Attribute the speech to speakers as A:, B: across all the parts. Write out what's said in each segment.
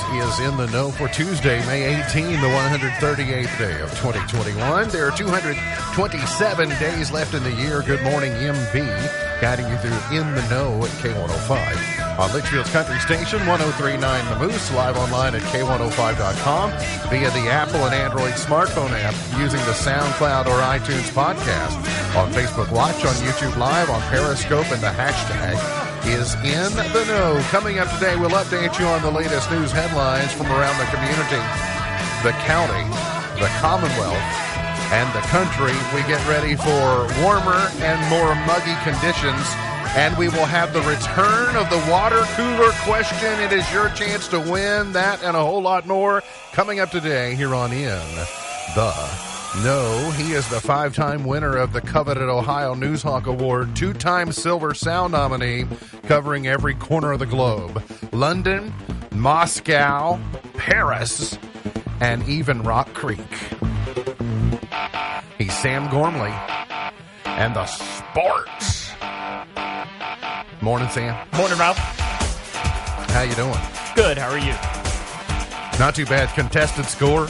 A: to know for Tuesday, May 18, the 138th day of 2021. There are 227 days left in the year. Good morning, MB, guiding you through In the Know at K105. On Litchfield's Country Station, 1039 The Moose, live online at K105.com, via the Apple and Android smartphone app, using the SoundCloud or iTunes podcast, on Facebook Watch, on YouTube Live, on Periscope, and the hashtag is in the know. Coming up today, we'll update you on the latest news headlines from around the community, the county, the Commonwealth, and the country. We get ready for warmer and more muggy conditions, and we will have the return of the water cooler question. It is your chance to win that and a whole lot more coming up today here on In the no, he is the five time winner of the coveted Ohio Newshawk Award, two time Silver Sound nominee, covering every corner of the globe London, Moscow, Paris, and even Rock Creek. He's Sam Gormley and the Sports. Morning, Sam.
B: Morning, Ralph.
A: How you doing?
B: Good. How are you?
A: Not too bad. Contested score.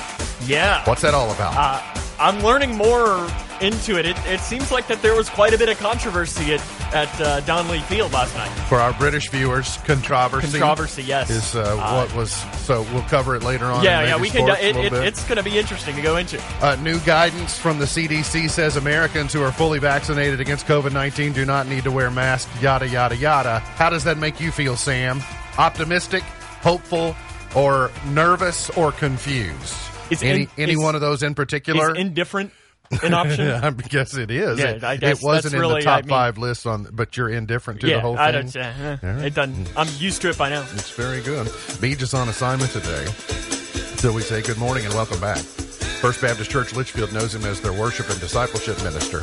B: Yeah.
A: What's that all about?
B: Uh, I'm learning more into it. it. It seems like that there was quite a bit of controversy at, at uh, Donnelly Field last night.
A: For our British viewers, controversy.
B: Controversy, yes.
A: Is uh, what was so we'll cover it later on.
B: Yeah,
A: in
B: yeah.
A: Major
B: We can.
A: Sports a
B: It,
A: little
B: it,
A: bit.
B: it's going to be interesting to go into.
A: Uh, new guidance from the CDC says Americans who are fully vaccinated against COVID 19 do not need to wear masks, yada, yada, yada. How does that make you feel, Sam? Optimistic, hopeful, or nervous or confused?
B: Is
A: any,
B: in-
A: any
B: is-
A: one of those in particular?
B: Is indifferent an option?
A: I guess it is.
B: Yeah,
A: it,
B: I guess
A: it wasn't
B: that's
A: in
B: really-
A: the top
B: I mean-
A: five list on, but you're indifferent to
B: yeah.
A: the whole thing.
B: I don't. Uh, uh, It doesn't. I'm used to it by now.
A: It's very good. Beach is on assignment today. So we say good morning and welcome back. First Baptist Church Litchfield knows him as their worship and discipleship minister.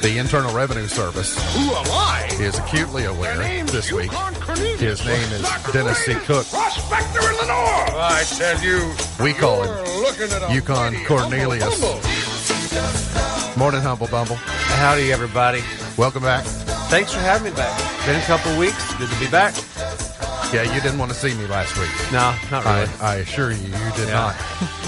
A: The Internal Revenue Service
C: Who am I?
A: is acutely aware this week.
C: Cornelius.
A: His name is Dennis C. Cook.
C: Prospector, Illinois. I tell you,
A: We call him
C: you're looking at a
A: Yukon
C: mighty
A: Cornelius.
C: humble bumble.
A: Morning, Humble Bumble.
D: Howdy, everybody.
A: Welcome back.
D: Thanks for having me back. Been a couple weeks. Good to be back.
A: Yeah, you didn't want to see me last week.
D: No, not
A: I,
D: really.
A: I assure you, you did
D: Yeah.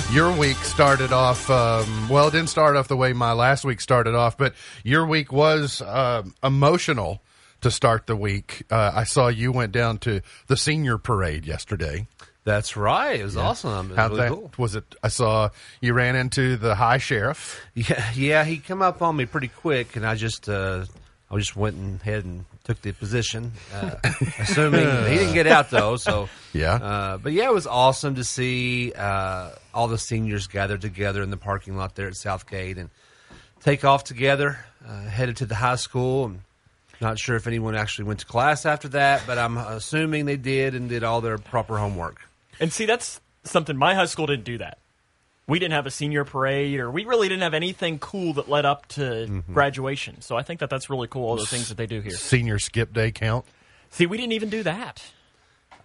A: not. Your week started off, um, well, it didn't start off the way my last week started off, but your week was um emotional to start the week. Uh, I saw you went down to the senior parade yesterday.
D: That's right. It was awesome. It was
A: How
D: really
A: that
D: cool.
A: was it? I saw you ran into the high sheriff.
D: Yeah, yeah. He come up on me pretty quick, and I just, uh, I just went and head and took the position. Uh, assuming he didn't get out though, so
A: Yeah.
D: Uh, but yeah, it was awesome to see uh, all the seniors gathered together in the parking lot there at Southgate and take off together, uh, headed to the high school. And not sure if anyone actually went to class after that, but I'm assuming they did and did all their proper homework.
B: And see, that's something my high school didn't do that. We didn't have a senior parade, or we really didn't have anything cool that led up to
A: Mm-hmm.
B: graduation. So I think that that's really cool. All the things that they do here.
A: Senior skip day count.
B: See, we didn't even do that.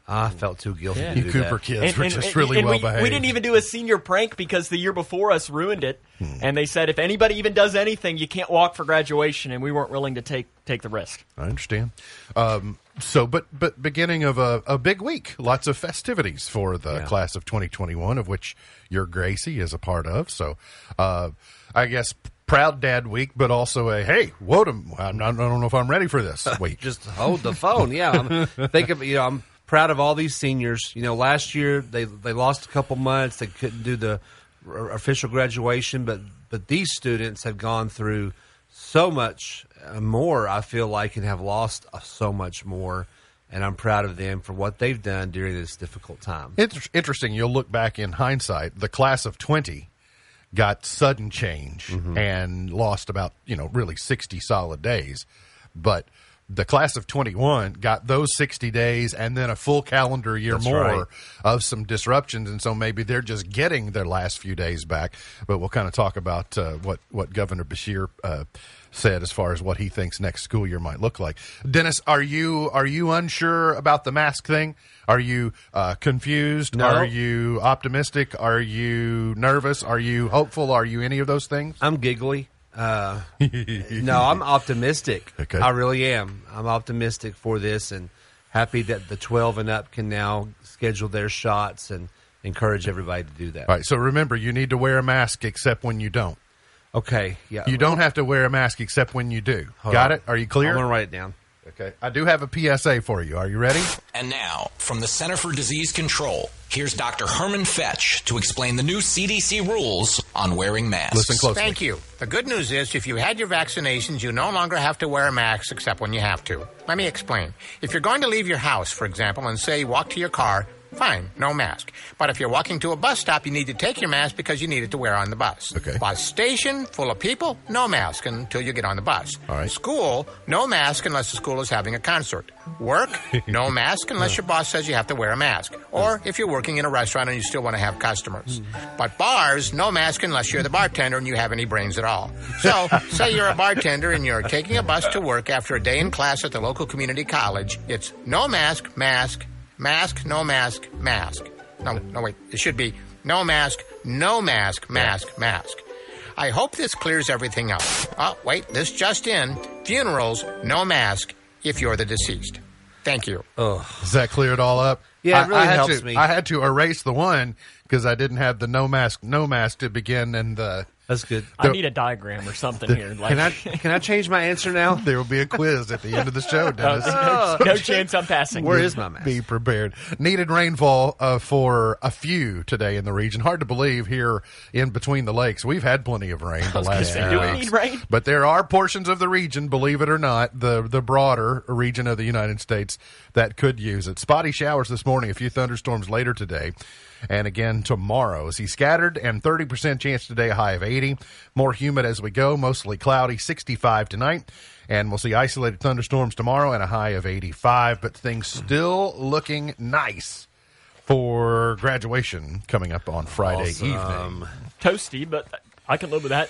D: I felt too guilty.
B: Yeah.
D: To
A: You
D: do
A: Cooper
D: that.
A: kids were just really
B: and
A: well
B: we,
A: behaved.
B: we didn't even do a senior prank because the year before us ruined it, and they said if anybody even does anything, you can't walk for graduation, and we weren't willing to take take the risk.
A: I understand. Um, so, but but beginning of a, a big week, lots of festivities for the
D: Yeah.
A: class of 2021, of which your Gracie is a part of. So, uh, I guess proud dad week, but also a hey, Wodum. I'm not, I don't know if I'm ready for this week.
D: just hold the phone. Yeah, I'm, think of you know I'm proud of all these seniors. You know, last year they they lost a couple months. They couldn't do the r- official graduation, but but these students have gone through so much uh, more. I feel like and have lost uh, so much more, and I'm proud of them for what they've done during this difficult time.
A: It's interesting. You'll look back in hindsight. The class of 20 got sudden change
D: Mm-hmm.
A: and lost about, you know, really 60 solid days. But the class of 21 got those 60 days and then a full calendar year
D: That's
A: more
D: right.
A: of some disruptions. And so maybe they're just getting their last few days back. But we'll kind of talk about uh, what, what Governor Bashir uh, said as far as what he thinks next school year might look like. Dennis, are you are you unsure about the mask thing? Are you uh, confused?
D: No.
A: Are you optimistic? Are you nervous? Are you hopeful? Are you any of those things?
D: I'm giggly. Uh, no, I'm optimistic.
A: Okay.
D: I really am. I'm optimistic for this and happy that the 12 and up can now schedule their shots and encourage everybody to do that.
A: All right. So remember, you need to wear a mask except when you don't.
D: Okay. Yeah.
A: You don't have to wear a mask except when you do.
D: Hold
A: Got
D: on.
A: it? Are you clear?
D: I'm gonna write it down.
A: Okay. I do have a PSA for you. Are you ready?
E: And now, from the Center for Disease Control, here's Dr. Herman Fetch to explain the new CDC rules on wearing masks.
A: Listen closely.
F: Thank you. The good news is, if you had your vaccinations, you no longer have to wear a mask except when you have to. Let me explain. If you're going to leave your house, for example, and say walk to your car, fine, no mask. But if you're walking to a bus stop, you need to take your mask because you need it to wear on the bus.
A: Okay.
F: Bus station full of people, no mask until you get on the bus.
A: All right.
F: School, no mask unless the school is having a concert. Work, no mask unless your boss says you have to wear a mask. Or if you're working in a restaurant and you still want to have customers. But bars, no mask unless you're the bartender and you have any brains at all. So, say you're a bartender and you're taking a bus to work after a day in class at the local community college. It's no mask, mask, mask, no mask, mask. No, no, wait. It should be no mask, no mask, mask, mask. I hope this clears everything up. Oh, wait, this just in. Funerals, no mask if you're the deceased. Thank you.
A: Does that clear it all up?
D: Yeah, it really
A: had
D: helps
A: to,
D: me.
A: I had to erase the one because I didn't have the no mask, no mask to begin, and the
D: That's good.
B: I need a diagram or something here. Like,
D: Can I can I change my answer now?
A: there will be a quiz at the end of the show, Dennis.
B: no, uh, no chance I'm passing.
D: Where is my mask?
A: Be prepared. Needed rainfall uh, for a few today in the region. Hard to believe here in between the lakes. We've had plenty of rain the last
B: say,
A: few
B: do we
A: weeks.
B: need rain?
A: But there are portions of the region, believe it or not, the the broader region of the United States that could use it. Spotty showers this morning, a few thunderstorms later today, and again tomorrow. See scattered and 30% chance today, a high of 80. More humid as we go, mostly cloudy, 65 tonight. And we'll see isolated thunderstorms tomorrow and a high of 85, but things still looking nice for graduation coming up on Friday
D: Um,
A: evening.
B: Toasty, but I can live with that.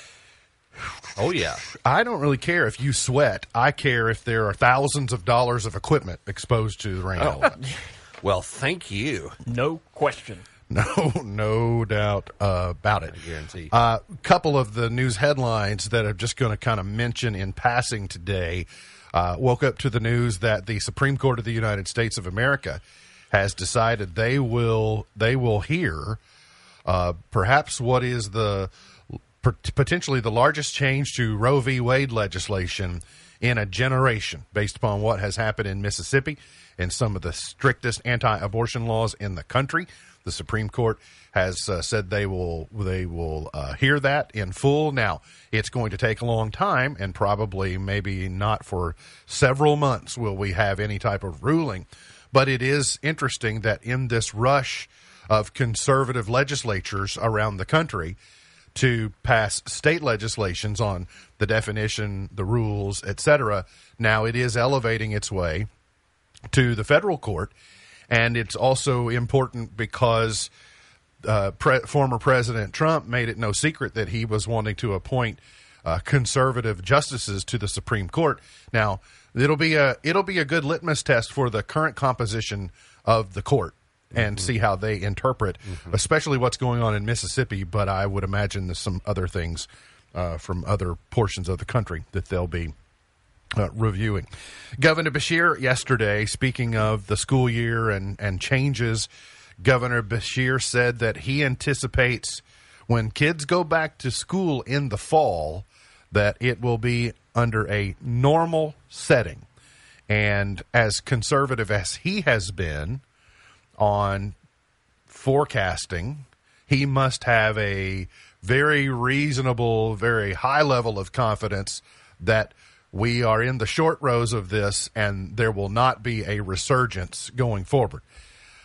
D: Oh yeah.
A: I don't really care if you sweat. I care if there are thousands of dollars of equipment exposed to the rain element.
D: Well, thank you.
B: No question.
A: No, no doubt uh, about it.
D: guarantee.
A: A couple of the news headlines that I'm just going to kind of mention in passing today uh, woke up to the news that the Supreme Court of the United States of America has decided they will they will hear uh, perhaps what is the pot- potentially the largest change to Roe v. Wade legislation in a generation, based upon what has happened in Mississippi and some of the strictest anti-abortion laws in the country. The Supreme Court has uh, said they will they will uh, hear that in full. Now it's going to take a long time, and probably maybe not for several months will we have any type of ruling. But it is interesting that in this rush of conservative legislatures around the country to pass state legislations on the definition, the rules, etc. Now it is elevating its way to the federal court, and it's also important because uh, pre- former President Trump made it no secret that he was wanting to appoint uh, conservative justices to the Supreme Court. Now it'll be a it'll be a good litmus test for the current composition of the court and see how they interpret, especially what's going on in Mississippi. But I would imagine there's some other things uh, from other portions of the country that they'll be uh, reviewing. Governor Bashir yesterday, speaking of the school year and, and changes, Governor Bashir said that he anticipates when kids go back to school in the fall that it will be under a normal setting. And as conservative as he has been on forecasting, he must have a very reasonable, very high level of confidence that we are in the short rows of this and there will not be a resurgence going forward.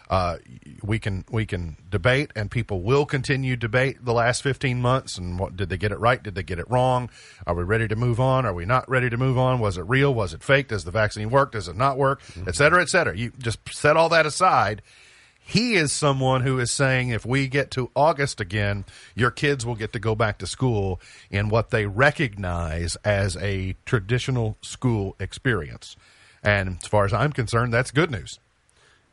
A: Uh, we can we can debate and people will continue debate the last 15 months and what did they get it right did they get it wrong are we ready to move on are we not ready to move on was it real was it fake does the vaccine work does it not work et cetera et cetera you just set all that aside he is someone who is saying if we get to August again, your kids will get to go back to school in what they recognize as a traditional school experience. And as far as I'm concerned, that's good news.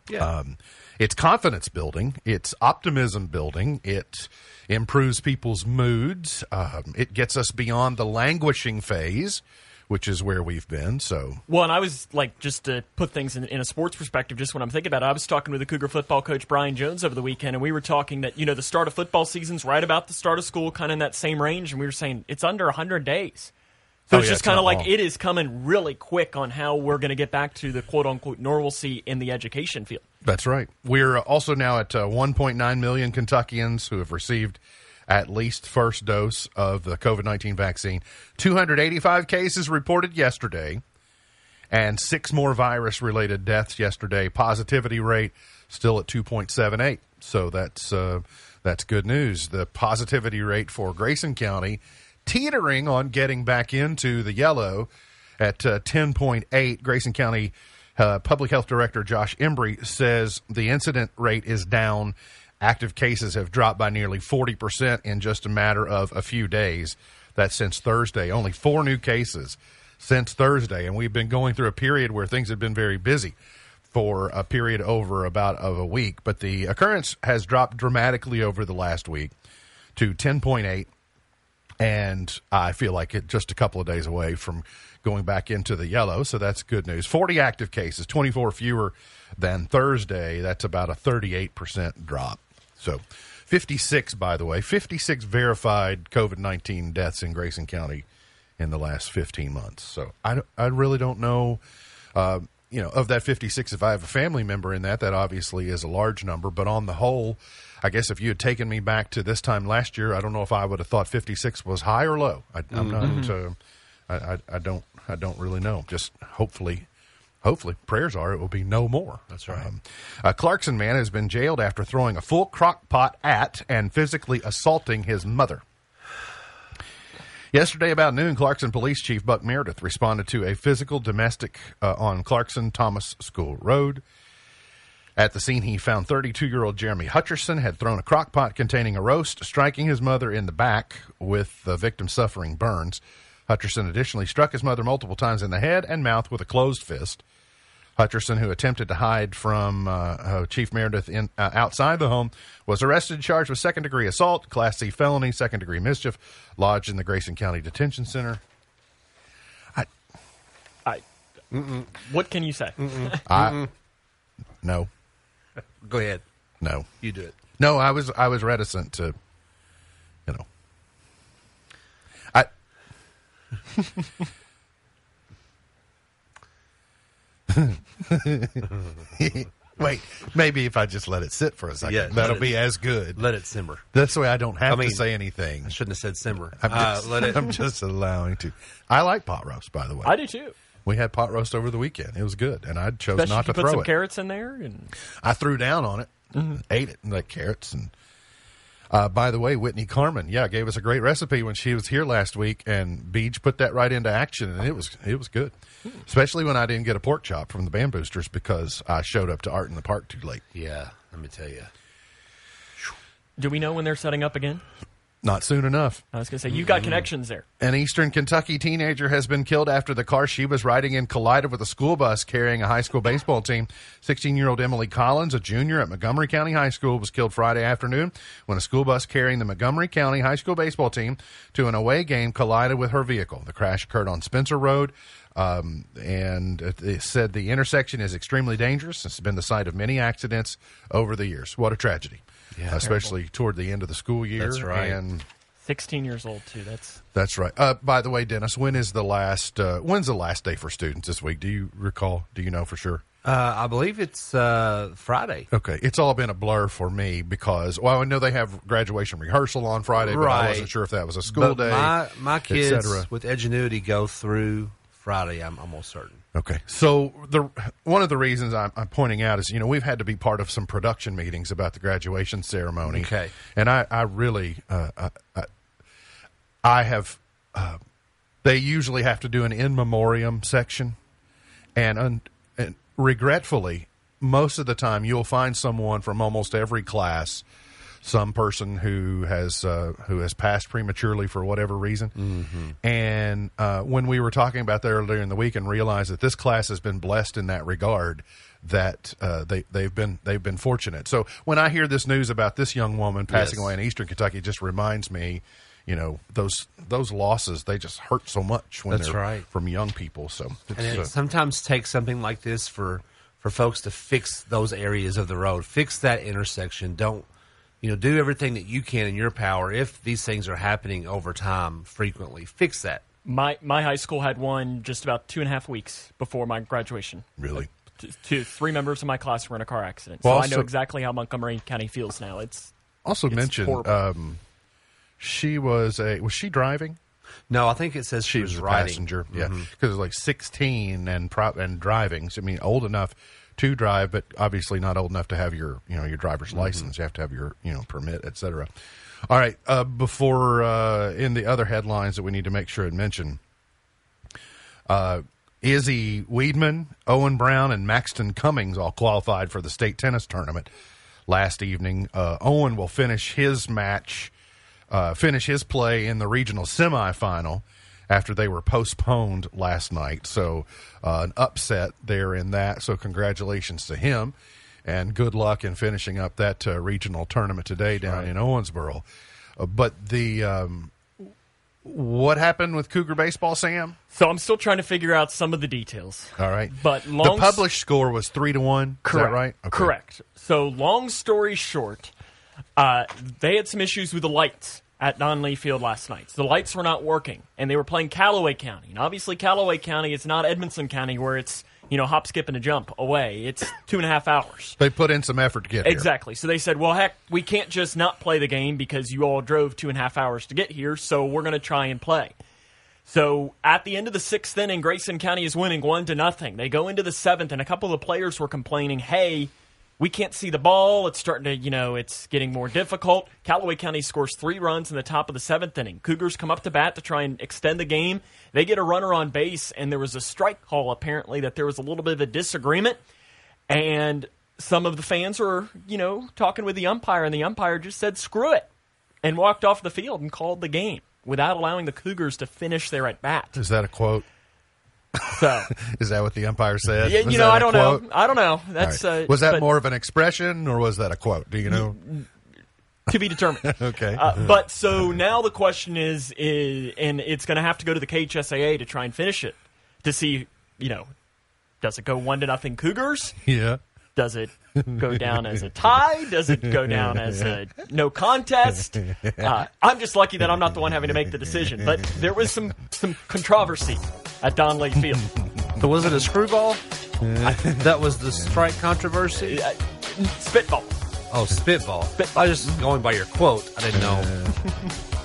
D: Yeah.
A: Um, it's confidence building. It's optimism building. It improves people's moods. Um, it gets us beyond the languishing phase, which is where we've been. So
B: Well, and I was like, just to put things in, in a sports perspective, just when I'm thinking about it, I was talking with the Cougar football coach Brian Jones over the weekend, and we were talking that you know the start of football season's right about the start of school, kind of in that same range, and we were saying it's under 100 days, so
A: Oh,
B: it's
A: yeah,
B: just
A: it's
B: kind
A: not
B: of like
A: long.
B: it is coming really quick on how we're going to get back to the quote unquote normalcy in the education field.
A: That's right. We're also now at uh, 1.9 million Kentuckians who have received at least first dose of the COVID 19 vaccine. 285 cases reported yesterday, and six more virus related deaths yesterday. Positivity rate still at 2.78. So that's uh, that's good news. The positivity rate for Grayson County teetering on getting back into the yellow at uh, 10.8. Grayson County uh, Public Health Director Josh Embry says the incident rate is down. Active cases have dropped by nearly 40% in just a matter of a few days. That's since Thursday. Only four new cases since Thursday. And we've been going through a period where things have been very busy for a period over about of a week. But the occurrence has dropped dramatically over the last week to 10.8 and I feel like it just a couple of days away from going back into the yellow. So that's good news. 40 active cases, 24 fewer than Thursday. That's about a 38% drop. So 56, by the way, 56 verified COVID 19 deaths in Grayson County in the last 15 months. So I, don't- I really don't know. Uh, you know, of that 56, if I have a family member in that, that obviously is a large number. But on the whole, I guess if you had taken me back to this time last year, I don't know if I would have thought 56 was high or low. I, I'm not. Uh, I, I, I don't. I don't really know. Just hopefully, hopefully, prayers are it will be no more. That's right. a Clarkson man has been jailed after throwing a full crock pot at and physically assaulting his mother. Yesterday, about noon, Clarkson Police Chief Buck Meredith responded to a physical domestic uh, on Clarkson Thomas School Road. At the scene, he found 32 year old Jeremy Hutcherson had thrown a crock pot containing a roast, striking his mother in the back, with the victim suffering burns. Hutcherson additionally struck his mother multiple times in the head and mouth with a closed fist. Hutcherson, who attempted to hide from uh, uh, Chief Meredith in, uh, outside the home, was arrested and charged with second degree assault, Class C felony, second degree mischief, lodged in the Grayson County Detention Center.
B: I, what can you say?
A: No,
D: Go ahead.
A: no,
D: You do it.
A: no. I was I was reticent to, you know. I. Wait, maybe if I just let it sit for a second,
D: Yeah, let
A: that'll
D: it-
A: be as good.
D: Let it simmer.
A: That's the way I don't have
D: I mean-
A: to say anything.
D: I shouldn't have said simmer.
A: I'm
D: Uh,
A: just,
D: let it.
A: I'm just allowing to. I like pot roast, by the way.
B: I do too.
A: We had pot roast over the weekend. It was good, and I chose
B: Especially
A: not
B: if
A: to
B: you put
A: throw
B: some
A: it.
B: carrots Mm-hmm. in there, and
A: I threw down on it, ate it, and like carrots. And uh, by the way, Whitney Carmen, yeah, gave us a great recipe when she was here last week, and Beach put that right into action, and it was it was good.
B: Hmm.
A: Especially when I didn't get a pork chop from the Band Boosters because I showed up to Art in the Park too late.
D: Yeah, let me tell you.
B: do we know when they're setting up again?
A: Not soon enough.
B: I was going to say you got connections there.
A: An Eastern Kentucky teenager has been killed after the car she was riding in collided with a school bus carrying a high school baseball team. 16 year old Emily Collins, a junior at Montgomery County High School, was killed Friday afternoon when a school bus carrying the Montgomery County High School baseball team to an away game collided with her vehicle. The crash occurred on Spencer Road. Um, and it said the intersection is extremely dangerous. It's been the site of many accidents over the years. What a tragedy, especially toward the end of the school year.
D: That's right.
A: And
B: 16 years old too. That's
A: that's right. Uh, by the way, Dennis, when is the last? Uh, when's the last day for students this week? Do you recall? Do you know for sure?
D: Uh, I believe it's uh, Friday.
A: Okay, it's all been a blur for me because well, I know they have graduation rehearsal on Friday, but I
D: Right.
A: wasn't sure if that was a school
D: But
A: day.
D: My, my
A: et
D: kids
A: cetera.
D: with Edgenuity go through Friday. I'm almost certain.
A: Okay, so the one of the reasons I'm, I'm pointing out is you know we've had to be part of some production meetings about the graduation ceremony.
D: Okay.
A: and I I really uh, I, I- I have uh, they usually have to do an in memoriam section, and, un, and regretfully, most of the time you'll find someone from almost every class. Some person who has uh, who has passed prematurely for whatever reason,
D: Mm-hmm.
A: and uh, when we were talking about that earlier in the week, and realized that this class has been blessed in that regard, that uh, they they've been they've been fortunate. So when I hear this news about this young woman passing
D: Yes.
A: away in Eastern Kentucky, it just reminds me, you know those those losses they just hurt so much when
D: That's
A: they're
D: right.
A: from young people. So
D: And it
A: so-
D: sometimes takes something like this for for folks to fix those areas of the road, fix that intersection. Don't you know? Do everything that you can in your power. If these things are happening over time, frequently, fix that.
B: My my high school had one just about two and a half weeks before my graduation.
A: really.
B: T- Two, three members of my class were in a car accident,
A: Well,
B: so I
A: also-
B: know exactly how Montgomery County feels now. It's
A: Also mentioned,
B: horrible.
A: um, she was a was she driving?
D: No, I think it says she,
A: She
D: was
A: was a
D: riding.
A: passenger, yeah, because like sixteen and pro- and driving. So, I mean, old enough to drive, but obviously not old enough to have your you know your driver's license. You have to have your you know permit, etc. All right, uh, before uh, in the other headlines that we need to make sure and mention. Uh, Izzy Weedman, Owen Brown, and Maxton Cummings all qualified for the state tennis tournament last evening. Uh, Owen will finish his match, uh, finish his play in the regional semifinal after they were postponed last night. So, uh, an upset there in that. So, congratulations to him and good luck in finishing up that uh, regional tournament today down in Owensboro. Uh, but the. Um, what happened with Cougar baseball, Sam?
B: so I'm still trying to figure out some of the details.
A: All right.
B: But
A: the
B: long-
A: published score was three to one. Is
B: Correct.
A: that right? Okay.
B: Correct. So, long story short, uh, they had some issues with the lights at Don Lee Field last night. So the lights were not working, and they were playing Callaway County. And obviously, Callaway County is not Edmondson County, where it's you know hop, skip, and a jump away. It's two and a half hours.
A: They put in some effort to get here.
B: Exactly. So they said, well, heck, we can't just not play the game because you all drove two and a half hours to get here, so we're going to try and play. So at the end of the sixth inning, Grayson County is winning one to nothing. They go into the seventh, and a couple of the players were complaining, hey, we can't see the ball. It's starting to, you know, it's getting more difficult. Callaway County scores three runs in the top of the seventh inning. Cougars come up to bat to try and extend the game. They get a runner on base, and there was a strike call apparently that there was a little bit of a disagreement and some of the fans were, you know, talking with the umpire, and the umpire just said, screw it, and walked off the field and called the game without allowing the Cougars to finish their at bat.
A: Is that a quote?
B: So,
A: Is that what the umpire said?
B: yeah,
A: Was
B: you know,
A: that
B: I
A: a
B: don't
A: quote?
B: know. I don't know.
A: All
B: That's
A: right.
B: uh,
A: was that
B: but
A: more of an expression or was that a quote? Do you know?
B: to be determined.
A: Okay.
B: Uh, but so now the question is, is and it's going to have to go to the KHSAA to try and finish it to see, you know, does it go one to nothing Cougars?
A: yeah.
B: Does it go down as a tie? Does it go down as a no contest? Uh, I'm just lucky that I'm not the one having to make the decision. But there was some some controversy at Don Lee Field.
D: So was it a screwball? that was the strike controversy.
B: Uh, Spitball,
D: Oh, spitball. I was just going by your quote. I didn't know.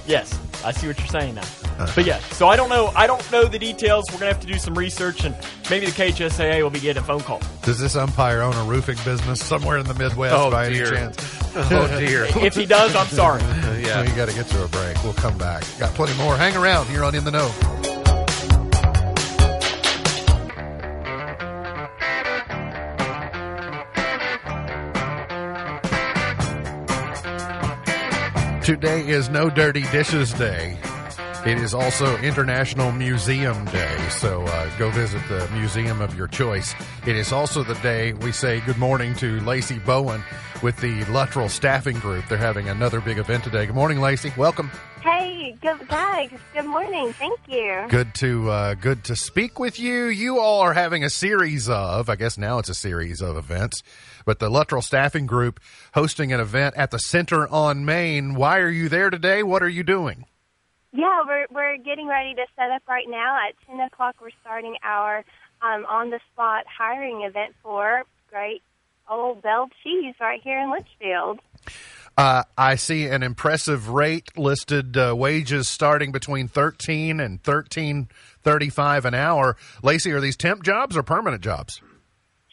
B: yes, I see what you're saying
A: Uh-huh.
B: now. But yeah, so I don't know. I don't know the details. We're gonna have to do some research, and maybe the KHSAA will be getting a phone call.
A: Does this umpire own a roofing business somewhere in the Midwest
D: Oh,
A: by
D: dear.
A: any chance?
D: Oh dear.
B: If he does, I'm sorry.
A: Yeah. We got to get to a break. We'll come back. Got plenty more. Hang around here on In the Know. Today is No Dirty Dishes Day. It is also International Museum Day, so uh, go visit the museum of your choice. It is also the day we say good morning to Lacey Bowen with the Luttrell Staffing Group. They're having another big event today. Good morning, Lacey. Welcome.
G: Hey, good guys. Good morning. Thank you.
A: Good to uh, good to speak with you. You all are having a series of, I guess now it's a series of events, but the Luttrell Staffing Group hosting an event at the Center on Main. Why are you there today? What are you doing?
G: Yeah, we're we're getting ready to set up right now. At ten o'clock, we're starting our um, on the spot hiring event for great old Bell Cheese right here in Litchfield.
A: Uh, I see an impressive rate listed uh, wages starting between thirteen and thirteen thirty-five an hour. Lacey, are these temp jobs or permanent jobs?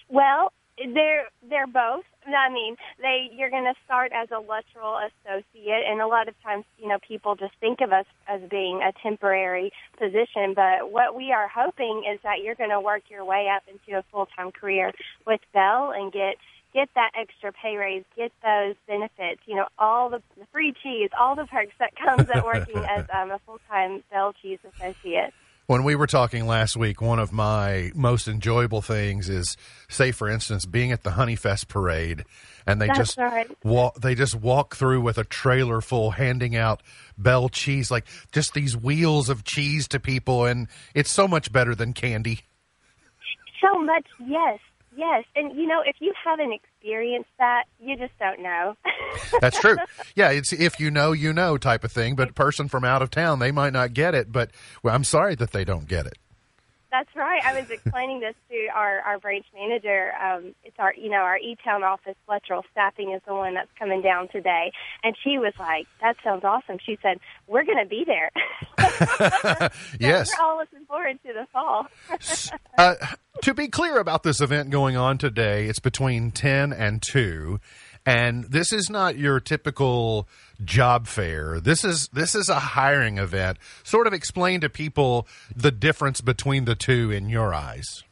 G: Well, they're they're both. I mean, they you're going to start as a Luttrell associate, and a lot of times, you know, people just think of us as being a temporary position. But what we are hoping is that you're going to work your way up into a full time career with Bell and get get that extra pay raise, get those benefits, you know, all the, the free cheese, all the perks that comes at working as um, a full time Bell Cheese associate.
A: When we were talking last week, one of my most enjoyable things is, say, for instance, being at the Honeyfest parade, and they
G: That's
A: just
G: right.
A: walk. They just walk through with a trailer full, handing out bell cheese, like just these wheels of cheese to people, and it's so much better than candy.
G: So much, yes, yes. And you know, if you haven't experienced that, you just don't know.
A: That's true. Yeah, it's if you know, you know type of thing. But a person from out of town, they might not get it. But well, I'm sorry that they don't get it.
G: That's right. I was explaining this to our, our branch manager. Um, it's our, you know, our E-Town office, Fletcherl Staffing is the one that's coming down today. And she was like, that sounds awesome. She said, we're going to be there.
A: Yes.
G: we're all looking forward to the fall.
A: Uh, to be clear about this event going on today, it's between 10 and 2. And this is not your typical job fair. This is this is a hiring event. Sort of explain to people the difference between the two in your eyes.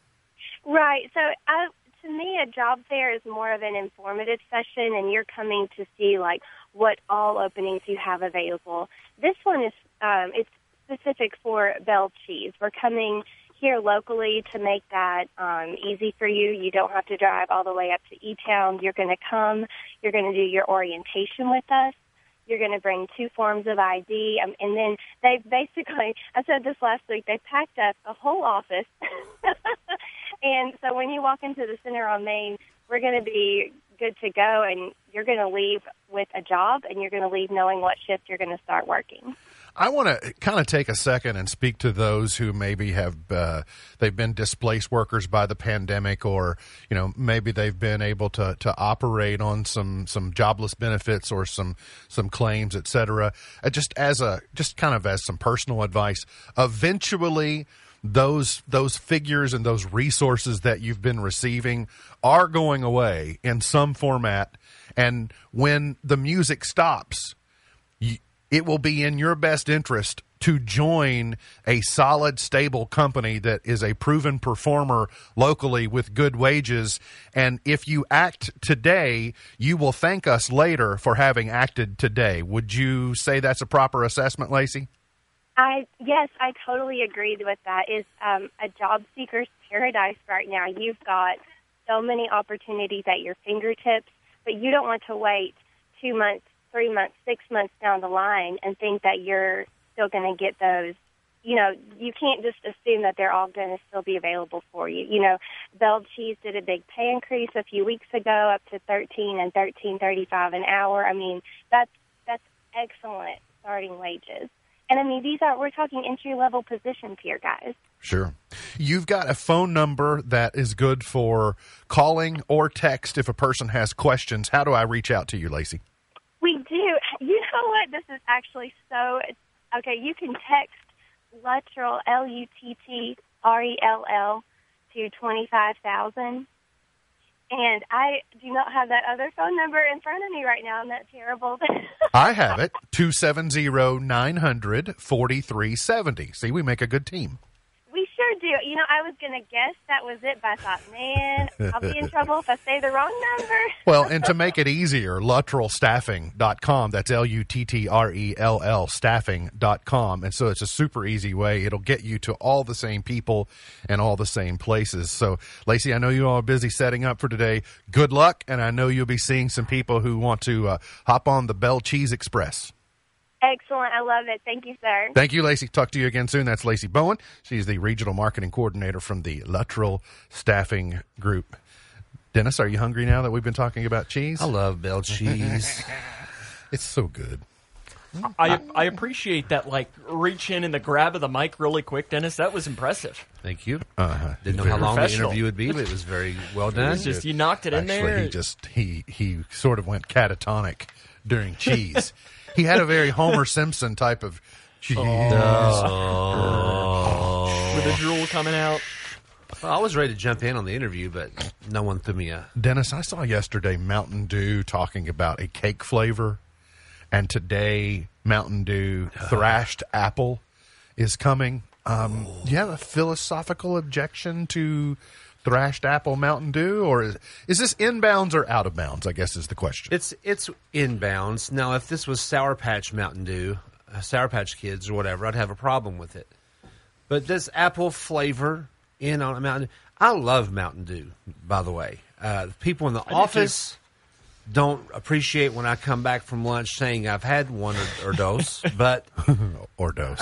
G: Right. So, I, to me, a job fair is more of an informative session, and you're coming to see like what all openings you have available. This one is um, it's specific for Bell Cheese. We're coming here locally to make that um, easy for you. You don't have to drive all the way up to E Town. You're going to come. You're going to do your orientation with us. You're going to bring two forms of ID, um, and then they basically, I said this last week, they packed up a whole office. and so when you walk into the center on Main, we're going to be good to go, and you're going to leave with a job, and you're going to leave knowing what shift you're going to start working.
A: I want to kind of take a second and speak to those who maybe have uh, they've been displaced workers by the pandemic, or you know maybe they've been able to to operate on some some jobless benefits or some some claims, etc. Uh, just as a just kind of as some personal advice, eventually those those figures and those resources that you've been receiving are going away in some format, and when the music stops y- it will be in your best interest to join a solid, stable company that is a proven performer locally with good wages. And if you act today, you will thank us later for having acted today. Would you say that's a proper assessment, Lacey?
G: I yes, I totally agreed with that. Is um, a job seeker's paradise right now. You've got so many opportunities at your fingertips, but you don't want to wait two months, three months, six months down the line and think that you're still going to get those. You know, you can't just assume that they're all going to still be available for you. You know, Bell Cheese did a big pay increase a few weeks ago, up to thirteen and thirteen thirty-five an hour. I mean, that's that's excellent starting wages. And I mean, these are, we're talking entry level positions here, guys.
A: Sure. You've got a phone number that is good for calling or text if a person has questions. How do I reach out to you, Lacey?
G: We do. You know what? This is actually so, okay, you can text Luttrell, L U T T R E L L, to 25,000. And I do not have that other phone number in front of me right now, and that's terrible.
A: I have it 270 900 4370. See, we make a good team.
G: we sure do. You know, I was going to guess that was it, but I thought, man, I'll be in trouble if I say the wrong number.
A: Well, and to make it easier, luttrellstaffing.com. That's L U T T R E L L staffing.com. And so it's a super easy way. It'll get you to all the same people and all the same places. So, Lacey, I know you all are busy setting up for today. Good luck. And I know you'll be seeing some people who want to uh, hop on the Bell Cheese Express.
G: Excellent. I love it. Thank you, sir.
A: Thank you, Lacey. Talk to you again soon. That's Lacey Bowen. She's the regional marketing coordinator from the Luttrell Staffing Group. Dennis, are you hungry now that we've been talking about cheese?
D: I love bell cheese.
A: It's so good.
B: I I appreciate that like reach in and the grab of the mic really quick, Dennis. That was impressive.
D: Thank you.
A: Uh,
D: Didn't know how long the
B: professional.
D: interview would be, but it was very well done.
B: It's just you knocked it in
A: Actually,
B: there.
A: he just he he sort of went catatonic during cheese. he had a very Homer Simpson type of cheese.
D: Oh,
B: with the drool coming out.
D: Well, I was ready to jump in on the interview, but no one threw me a.
A: Dennis, I saw yesterday Mountain Dew talking about a cake flavor, and today Mountain Dew thrashed apple is coming. Um, do you have a philosophical objection to thrashed apple Mountain Dew, or is, is this inbounds or out of bounds? I guess is the question.
D: It's it's inbounds now. If this was Sour Patch Mountain Dew, uh, Sour Patch Kids or whatever, I'd have a problem with it. But this apple flavor in on a Mountain I love Mountain Dew, by the way. Uh, the people in the office don't appreciate when I come back from lunch saying I've had one or, or dose, but
A: or dose.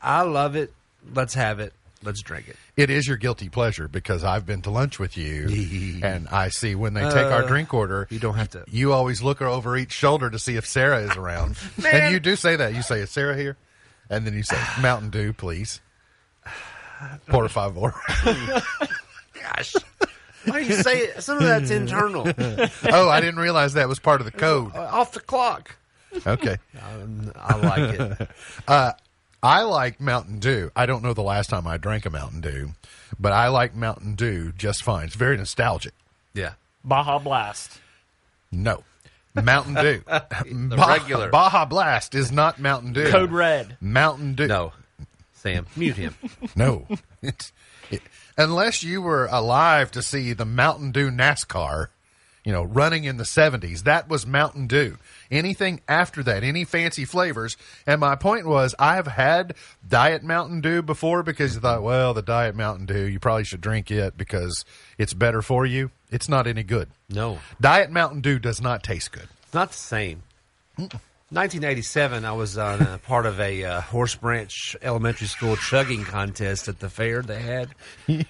D: I love it. Let's have it. Let's drink it.
A: it is your guilty pleasure because I've been to lunch with you, and I see when they take our drink order,
D: Uh, You don't have to.
A: you always look over each shoulder to see if Sarah is around, and you do say that. You say, "Is Sarah here?" And then you say, "Mountain Dew, please." Por favor.
D: Gosh. Why do you say it? Some of that's internal,
A: oh, I didn't realize that was part of the code.
D: off the clock.
A: Okay.
D: I like it.
A: I like Mountain Dew. I don't know the last time I drank a Mountain Dew, but I like Mountain Dew just fine. It's very nostalgic.
D: Yeah.
B: Baja Blast.
A: No. Mountain Dew.
D: The
A: Bah-
D: regular.
A: Baja Blast is not Mountain Dew.
B: Code Red.
A: Mountain Dew.
D: No. Sam, mute him.
A: No. Unless you were alive to see the Mountain Dew NASCAR, you know, running in the 70s, that was Mountain Dew. Anything after that, any fancy flavors. And my point was, I've had Diet Mountain Dew before because you thought, well, the Diet Mountain Dew, you probably should drink it because it's better for you. It's not any good.
D: No.
A: Diet Mountain Dew does not taste good.
D: It's not the same. 1987, I was on a part of a uh, Horse Branch Elementary School chugging contest at the fair they had.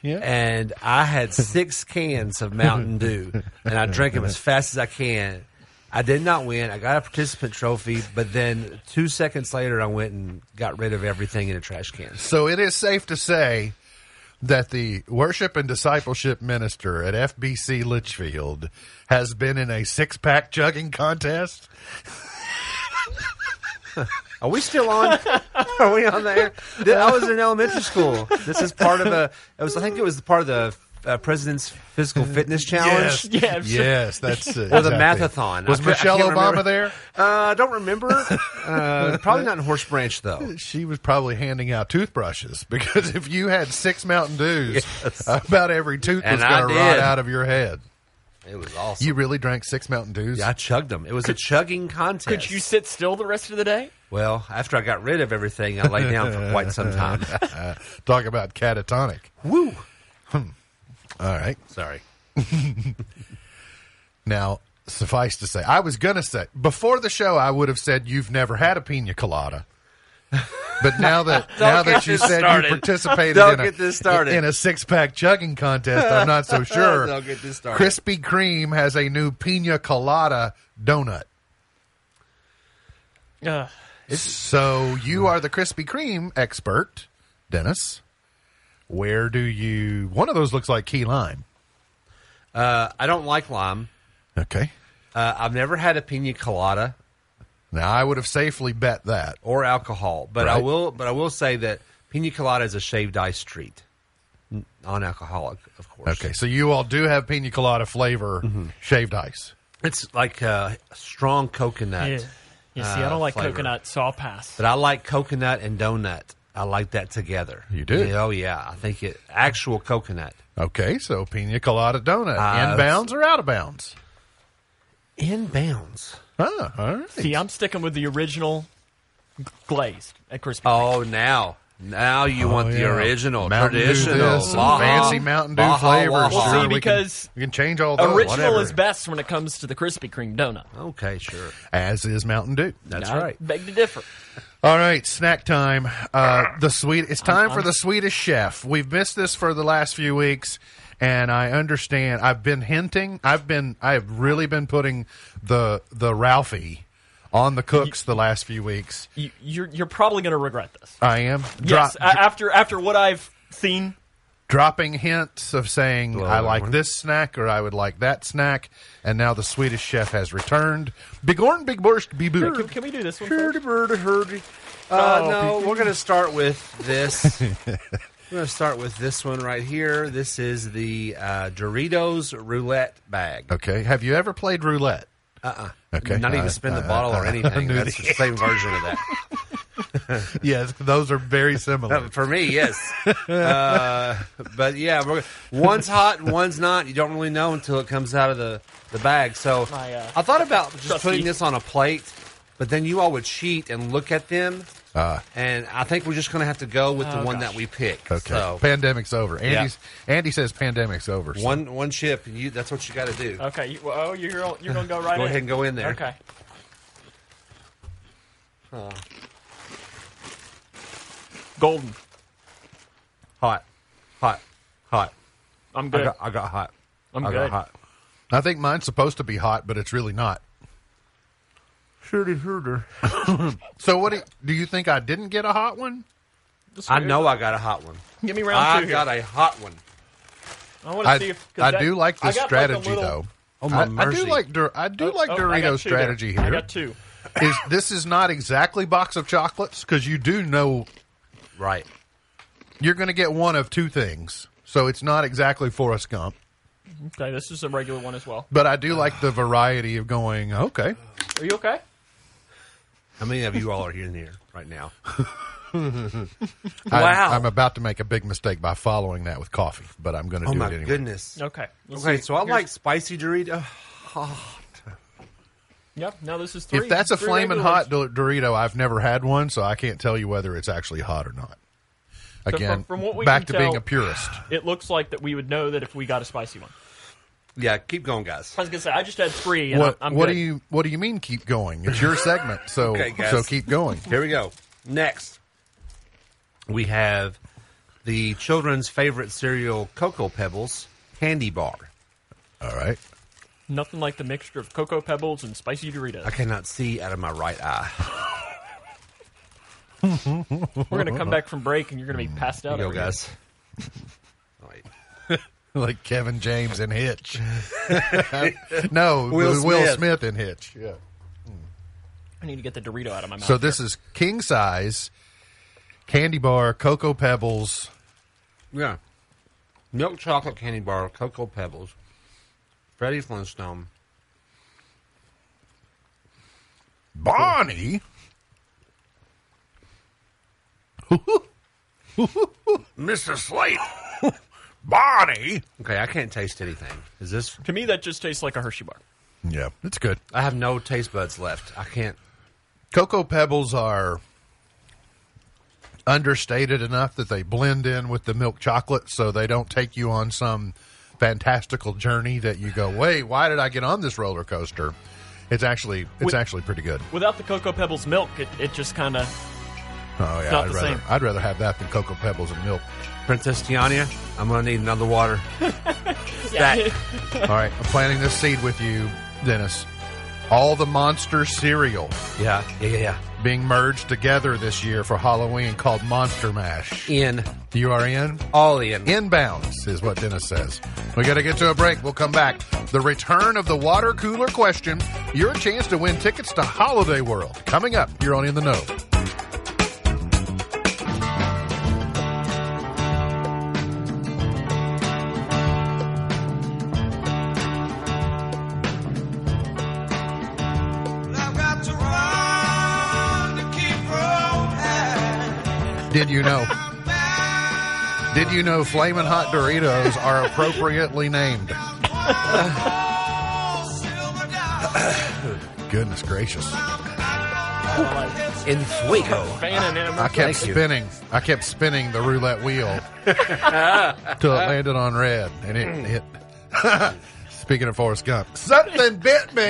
D: And I had six cans of Mountain Dew, and I drank them as fast as I can. I did not win. I got a participant trophy, but then two seconds later, I went and got rid of everything in a trash can.
A: So it is safe to say that the worship and discipleship minister at FBC Litchfield has been in a six pack chugging contest.
D: Are we still on? Are we on there? Th- I was in elementary school. This is part of a. It was, I think it was part of the uh, president's physical fitness challenge.
B: Yeah, I'm sure.
A: Yes, that's uh,
D: Or the
A: exactly.
D: Mathathon.
A: Was
D: I ca- I
A: Michelle
D: can't
A: Obama
D: remember.
A: there?
D: Uh, I don't remember. Uh, probably not in Horse Branch though.
A: She was probably handing out toothbrushes because if you had six Mountain Dews, about every tooth
D: And
A: was going
D: I
A: to rot
D: did.
A: out of your head.
D: It was awesome.
A: You really drank six Mountain Dews?
D: yeah, I chugged them. It was a chugging contest.
B: Could you sit still the rest of the day?
D: Well, after I got rid of everything, I lay down for quite some time.
A: Uh, Talk about catatonic.
D: Woo!
A: All right.
D: Sorry.
A: Now, suffice to say, I was going to say before the show, I would have said you've never had a pina colada. But now that now
D: get
A: that you
D: this
A: said
D: started.
A: you participated
D: Don't
A: in a,
D: get this started.
A: in a six pack chugging contest, I'm not so sure.
D: Don't get this started.
A: Krispy Kreme has a new pina colada donut.
B: Ugh.
A: So you are the Krispy Kreme expert, Dennis. Where do you? One of those looks like key lime.
D: Uh, I don't like lime.
A: Okay.
D: Uh, I've never had a pina colada.
A: Now I would have safely bet that.
D: or alcohol. But I
A: Right.
D: will but I will say that pina colada is a shaved ice treat. N- Non-alcoholic, of course.
A: Okay, so you all do have pina colada flavor shaved ice.
D: It's like uh, strong coconut.
B: Yeah. You see, I
D: uh,
B: don't like
D: flavor.
B: coconut, so I'll pass.
D: But I like coconut and donut. I like that together.
A: You do?
D: Yeah, oh yeah. I think it actual coconut.
A: Okay, so pina colada donut
D: Uh,
A: in bounds or out of bounds?
D: In bounds.
A: Ah, all right.
B: See, I'm sticking with the original g- glazed at Krispy Kreme.
D: Oh now. Now you want the
A: Oh, yeah.
D: original
A: Mountain Dew
D: traditional
A: this and
D: Baja-
A: fancy Mountain Dew
D: Baja
A: flavors.
D: Waffle.
B: Well, see,
A: we can-
B: because
A: we can, change all
D: Oh,
A: those.
B: Original
A: whatever.
B: is best when it comes to the Krispy Kreme donut.
D: Okay, sure.
A: as is Mountain Dew.
D: That's
B: I
D: right.
B: Beg to differ.
A: All right, snack time.
D: Ah.
A: Uh, the sweet. It's time for the Swedish Chef. We've missed this for the last few weeks, and I understand. I've been hinting. I've been. I've really been putting the the Ralphie on the cooks the last few weeks.
B: You, you're you're probably going to regret this.
A: I am
B: Yes,
A: Drop-
B: a- after after what I've seen,
A: dropping hints of saying I
D: that
A: like
D: one.
A: this snack or I would like that snack, and now the Swedish chef has returned. Bigorn, big borscht,
B: can,
A: bibu.
B: can we do this one?
D: Hurdy,
B: first?
D: hurdy, hurdy. Uh,
A: Oh,
D: no, we're going to start with this. we're going to start with this one right here. This is the uh, Doritos roulette bag.
A: Okay, have you ever played roulette? Uh uh Okay,
D: Uh-uh. Not
A: I-
D: even spin the
A: I-
D: bottle or
A: I- I
D: anything.
A: knew
D: That's
A: that.
D: the same version of that.
A: yes, those are very similar.
D: For me, yes. Uh, but yeah, we're, one's hot and one's not. You don't really know until it comes out of the, the bag. So
B: My, uh,
D: I thought about just
B: trusty-
D: putting this on a plate, but then you all would cheat and look at them
A: Ah.
D: and I think we're just going to have to go with
B: Oh,
D: the one that we picked.
A: Okay.
D: So,
A: Pandemic's over. Andy's, Andy says pandemic's over. so-
D: one one chip. You, that's what you got to do.
B: Okay. You, well, oh, you're all- you're gonna go right.
D: Go
B: in.
D: ahead and go in there.
B: Okay. Golden.
D: Hot, hot, hot.
B: I'm good.
D: I got I got hot.
B: I'm
D: I
B: good.
D: got hot.
A: I think mine's supposed to be hot, but it's really not.
D: Shooter, shooter.
A: So what do you, do you think I didn't get a hot one?
B: This
D: I
B: weird.
D: know I got a hot one.
B: Give me round
D: I
B: two.
D: got a hot one.
B: I want
A: I,
B: to see if 'cause
A: I
B: that-
A: do like
B: I
A: this
B: got, like, a
A: strategy
B: little-
A: though.
D: Oh, my
A: I, I do
D: mercy.
A: like Dur- I do
B: Oh,
A: like
B: oh, I got
A: Dorito
B: two there.
A: strategy
B: I
A: here.
B: got two.
A: Is this is not exactly box of chocolates because you do know
D: Right.
A: you're going to get one of two things. So it's not exactly Forrest Gump,
B: Okay, this is a regular one as well.
A: but I do like the variety of going. Okay,
B: Are you okay?
D: How many of you all are here in here right now?
A: I,
D: Wow.
A: I'm about to make a big mistake by following that with coffee, but I'm going to
D: Oh
A: do
D: my
A: it anyway.
D: goodness.
B: Okay. let's
D: Okay,
B: see.
D: so I
B: Here's-
D: like spicy Dorito.
B: Yep. Now this is three.
A: If that's a
B: three
A: flaming
B: regular
A: hot
B: ones.
A: Dor- Dorito, I've never had one, so I can't tell you whether it's actually hot or not.
B: from-
A: Again,
B: from what we
A: back to
B: can
A: being
B: tell-
A: a purist.
B: it looks like that we would know that if we got a spicy one.
D: Yeah, keep going, guys.
B: I was gonna say I just had three. And
A: What,
B: I'm, I'm
A: what
B: good.
A: do you What do you mean? Keep going. It's your segment, so
D: Okay, guys.
A: so keep going.
D: Here we go. Next, we have the children's favorite cereal, Cocoa Pebbles Candy Bar.
A: All right.
B: Nothing like the mixture of cocoa pebbles and spicy Doritos.
D: I cannot see out of my right eye.
B: We're gonna come back from break and you're gonna be passed out.
D: Here we
B: over here.
D: go, guys. All right.
A: Like Kevin James and Hitch. no, Will
D: Will
A: Smith.
D: Smith.
A: and Hitch. Yeah.
B: I need to get the Dorito out of my mouth.
A: So this is king size candy bar, cocoa pebbles.
D: Yeah. Milk chocolate candy bar, Cocoa Pebbles, Freddie Flintstone.
A: Bonnie.
D: Mr. Slate.
A: Bonnie.
D: Okay, I can't taste anything. Is this?
B: to me, that just tastes like a Hershey bar.
A: Yeah, it's good.
D: I have no taste buds left. I can't.
A: Cocoa Pebbles are understated enough that they blend in with the milk chocolate, so they don't take you on some fantastical journey that you go, "Wait, why did I get on this roller coaster?" It's actually it's
B: With-
A: actually pretty good.
B: Without the cocoa pebbles milk, it, it just kind of
A: Oh yeah,
B: not
A: I'd
B: the
A: rather
B: same.
A: I'd rather have that than Cocoa Pebbles and milk.
D: Princess Tiania, I'm gonna need another water.
B: yeah.
A: All right, I'm planting this seed with you, Dennis. All the monster cereal
D: Yeah, yeah, yeah,
A: being merged together this year for Halloween called Monster Mash.
D: yeah. In,
A: You are in?
D: all in.
A: Inbounds is what Dennis says. We got to get to a break. We'll come back. The return of the water cooler question. Your chance to win tickets to Holiday World. Coming up, you're on In the Know. Did you know? Did you know Flamin' Hot Doritos are appropriately named? Goodness gracious.
D: In fuego.
B: fan and
A: I kept
D: Thank you.
A: spinning. I kept spinning the roulette wheel till it landed on red, and
D: Mm.
A: it hit. Speaking of Forrest Gump, something bit me.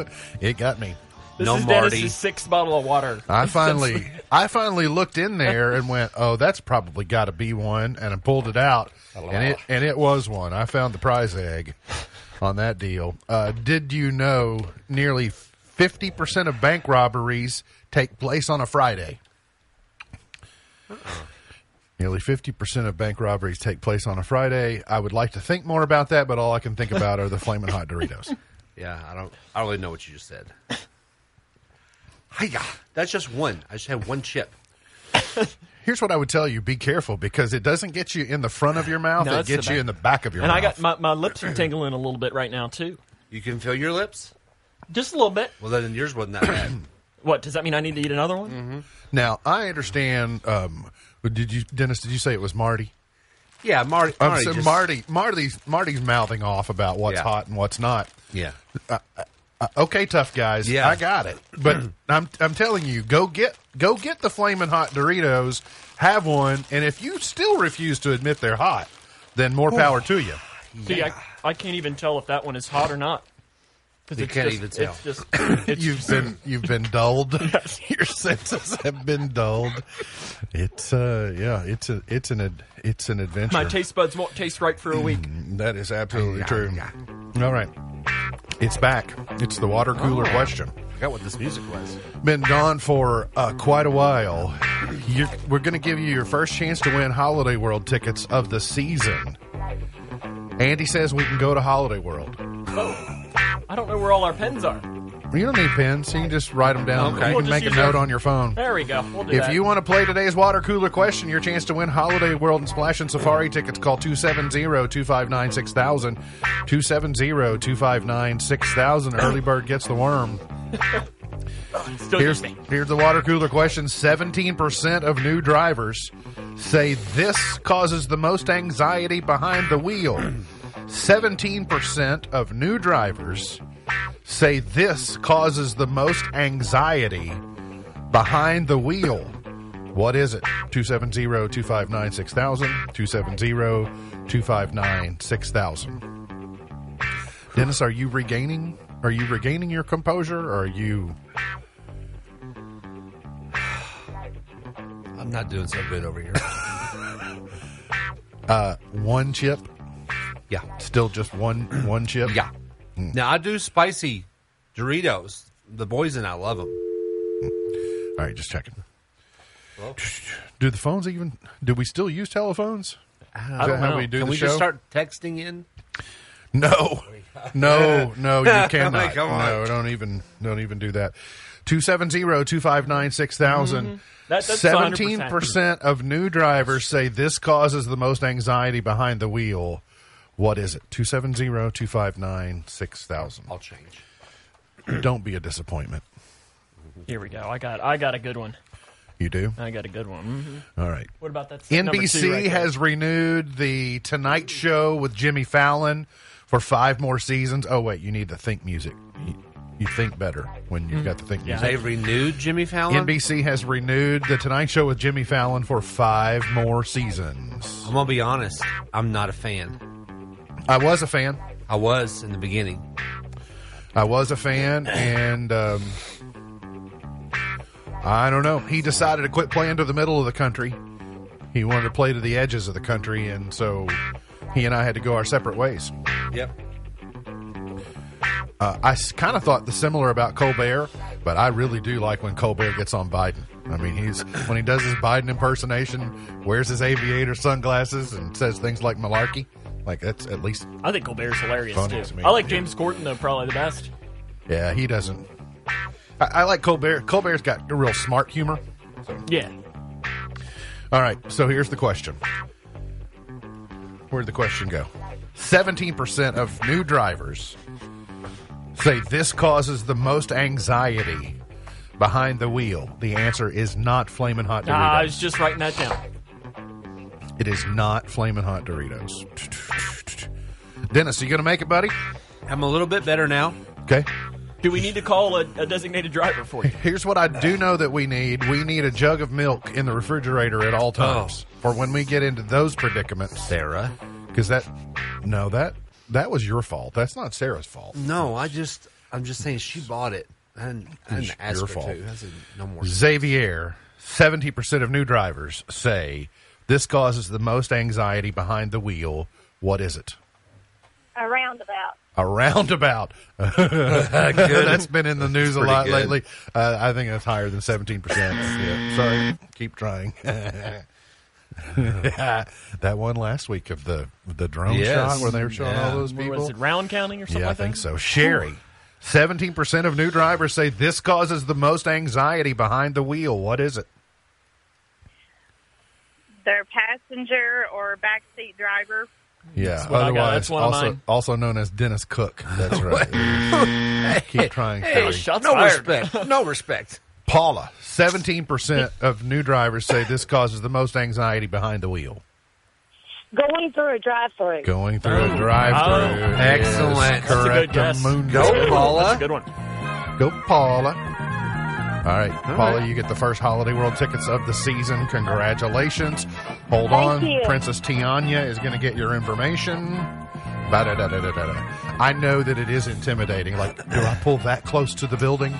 A: it got me.
B: This
D: No
B: is
D: Marty.
B: Dennis's sixth bottle of water.
A: I finally, I finally looked in there and went, "Oh, that's probably got to be one," and I pulled it out, and it and it was one. I found the prize egg on that deal. Uh, did you know nearly fifty percent of bank robberies take place on a Friday? Nearly 50% of bank robberies take place on a Friday. I would like to think more about that, but all I can think about are the flaming hot Doritos.
D: Yeah, I don't. I don't really know what you just said. Hiya. That's just one. I just had one chip.
A: Here's what I would tell you be careful because it doesn't get you in the front of your mouth,
B: No,
A: it
B: it's the
A: gets you
B: back.
A: in the back of your
B: And
A: mouth.
B: I got my, my lips are tingling a little bit right now too,
D: You can feel your lips.
B: just a little bit.
D: Well, then yours wasn't that bad.
B: What does that mean? I need to eat another one? Mm-hmm.
A: Now I understand. Um, did you, Dennis? Did you say it was Marty?
D: yeah, Marty.
A: Um,
D: Marty
A: so
D: just-
A: Marty, Marty's Marty's mouthing off about what's
D: Yeah.
A: hot and what's not.
D: Yeah.
A: Uh, okay, tough guys.
D: Yeah.
A: I got it. But I'm I'm telling you, go get go get the flaming hot Doritos, have one, and if you still refuse to admit they're hot, then more power to you.
B: See, I, I can't even tell if that one is hot or not. 'Cause
D: You
B: it's
D: can't
B: just-
D: even tell.
B: It's just, it's
A: You've been you've been dulled. Your senses have been dulled. It's uh yeah, it's a it's an ad, it's an adventure.
B: my taste buds won't taste right for a week.
A: That is absolutely true. All right. It's back. It's the water cooler
B: Oh.
A: question.
D: I forgot what this music was.
A: Been gone for uh, quite a while. You're, we're going to give you your first chance to win Holiday World tickets of the season. Andy says we can go to Holiday World.
B: I don't know where all our pens are.
A: You don't need pens. You can just write them down.
D: Okay.
A: You
B: We'll
A: can make
B: just
A: a
B: use
A: note
B: our-
A: on your phone.
B: There we go. We'll do
A: If
B: that.
A: you want to play today's water cooler question, your chance to win Holiday World and Splash and Safari tickets, call 270-259-6000. 270-259-6000. Early bird gets the worm.
B: Still
A: Here's,
B: just me.
A: here's the water cooler question. 17% of new drivers say this causes the most anxiety behind the wheel. 17% of new drivers say this causes the most anxiety behind the wheel. What is it? 270 259 6000. 270 259 6000. Dennis, are you regaining? Are you regaining your composure or are you
D: I'm not doing so good over here.
A: one chip?
D: yeah.
A: Still just one one chip?
D: Yeah.
A: Hmm.
D: Now I do spicy Doritos. The boys and I love them.
A: All right, just checking. Do the phones even do we still use telephones?
B: I
A: Is
B: don't
A: that how
B: know.
A: we do
D: Can
A: the
D: we
A: show?
D: just start texting in?
A: No, no, no, you cannot.
D: Come on.
A: No, don't even, don't even do that.
D: Mm-hmm.
A: 270-259-6000.
B: That- that's
A: 17% of new drivers say this causes the most anxiety behind the wheel. What is it? 270-259-6000.
D: I'll change.
A: Don't be a disappointment.
B: Here we go. I got I got a good one.
A: You do?
D: Uh,
B: I got a good one. Mhm.
A: All right.
B: What about that? number two
A: NBC
B: right there?
A: has renewed the Tonight Show with Jimmy Fallon for five more seasons. Oh wait, you need the think music. You, you think better when you've got the think music.
D: They renewed Jimmy Fallon.
A: NBC has renewed the Tonight Show with Jimmy Fallon for five more seasons.
D: I'm gonna be honest. I'm not a fan.
A: I was a fan.
D: I was in the beginning.
A: I was a fan, and um, I don't know. He decided to quit playing to the middle of the country. He wanted to play to the edges of the country, and so he and I had to go our separate ways.
D: Yep.
A: Uh, I kind of thought the similar about Colbert, but I really do like when Colbert gets on Biden. I mean, he's when he does his Biden impersonation, wears his aviator sunglasses, and says things like malarkey. Like that's at least,
B: I think Colbert's hilarious
A: Funny to
B: too.
A: me.
B: I like
A: Yeah.
B: James Corden though, probably the best.
A: yeah, he doesn't. I, I like Colbert. Colbert's got a real smart humor.
B: Yeah.
A: All right, so here's the question. Where'd the question go? 17% of new drivers say this causes the most anxiety behind the wheel. The answer is not Flamin' Hot Doritos.
B: Ah, I was just writing that down.
A: It is not Flamin' Hot Doritos. Dennis, you going to make it, buddy?
D: I'm a little bit better now.
A: Okay.
B: Do we need to call a, a designated driver for you?
A: Here's what I do know that we need. We need a jug of milk in the refrigerator at all times for when we get into those predicaments.
D: Sarah.
A: Because that, no, that that was your fault. That's not Sarah's fault.
D: No, I just I'm just saying she bought it. And and
A: It's
D: asked
A: your
D: her
A: fault.
D: to. I said, no more.
A: Xavier, seventy percent of new drivers say this causes the most anxiety behind the wheel. What is it?
G: A roundabout.
A: A roundabout. that's been in the news a lot
D: good.
A: lately. Uh, I think that's higher than seventeen percent. Sorry, keep trying. that one last week of the the drone
D: Yes.
A: shot where they were showing
D: Yeah.
A: all those
B: Or
A: people.
B: was it round counting or something
A: Yeah, I
B: like that?
A: think so. Sherry, seventeen percent of new drivers say this causes the most anxiety behind the wheel. What is it?
H: their passenger or backseat driver.
A: Yeah,
B: what I got. That's one of
A: also
B: mine.
A: also known as Dennis Cook. That's right. Keep trying. Sherry.
B: Shots
D: no
B: fired.
D: respect. No respect.
A: Paula, seventeen percent of new drivers say this causes the most anxiety behind the wheel.
I: Going through a drive-through.
A: Going through a drive-through.
B: Oh.
A: is
D: Excellent. That's
B: That's
D: a
B: a good
A: Correct.
B: guess.
A: Mundo.
B: Oh, That's a good one.
D: Paula.
B: That's a
A: Go
B: good one.
A: Paula. All right, Paula,
D: right.
A: you get the first Holiday World tickets of the season. Congratulations. Hold
I: Thank
A: on.
I: you.
A: Princess Tiana is going to get your information. Ba-da-da-da-da-da. I know that it is intimidating. Like, do I pull that close to the building?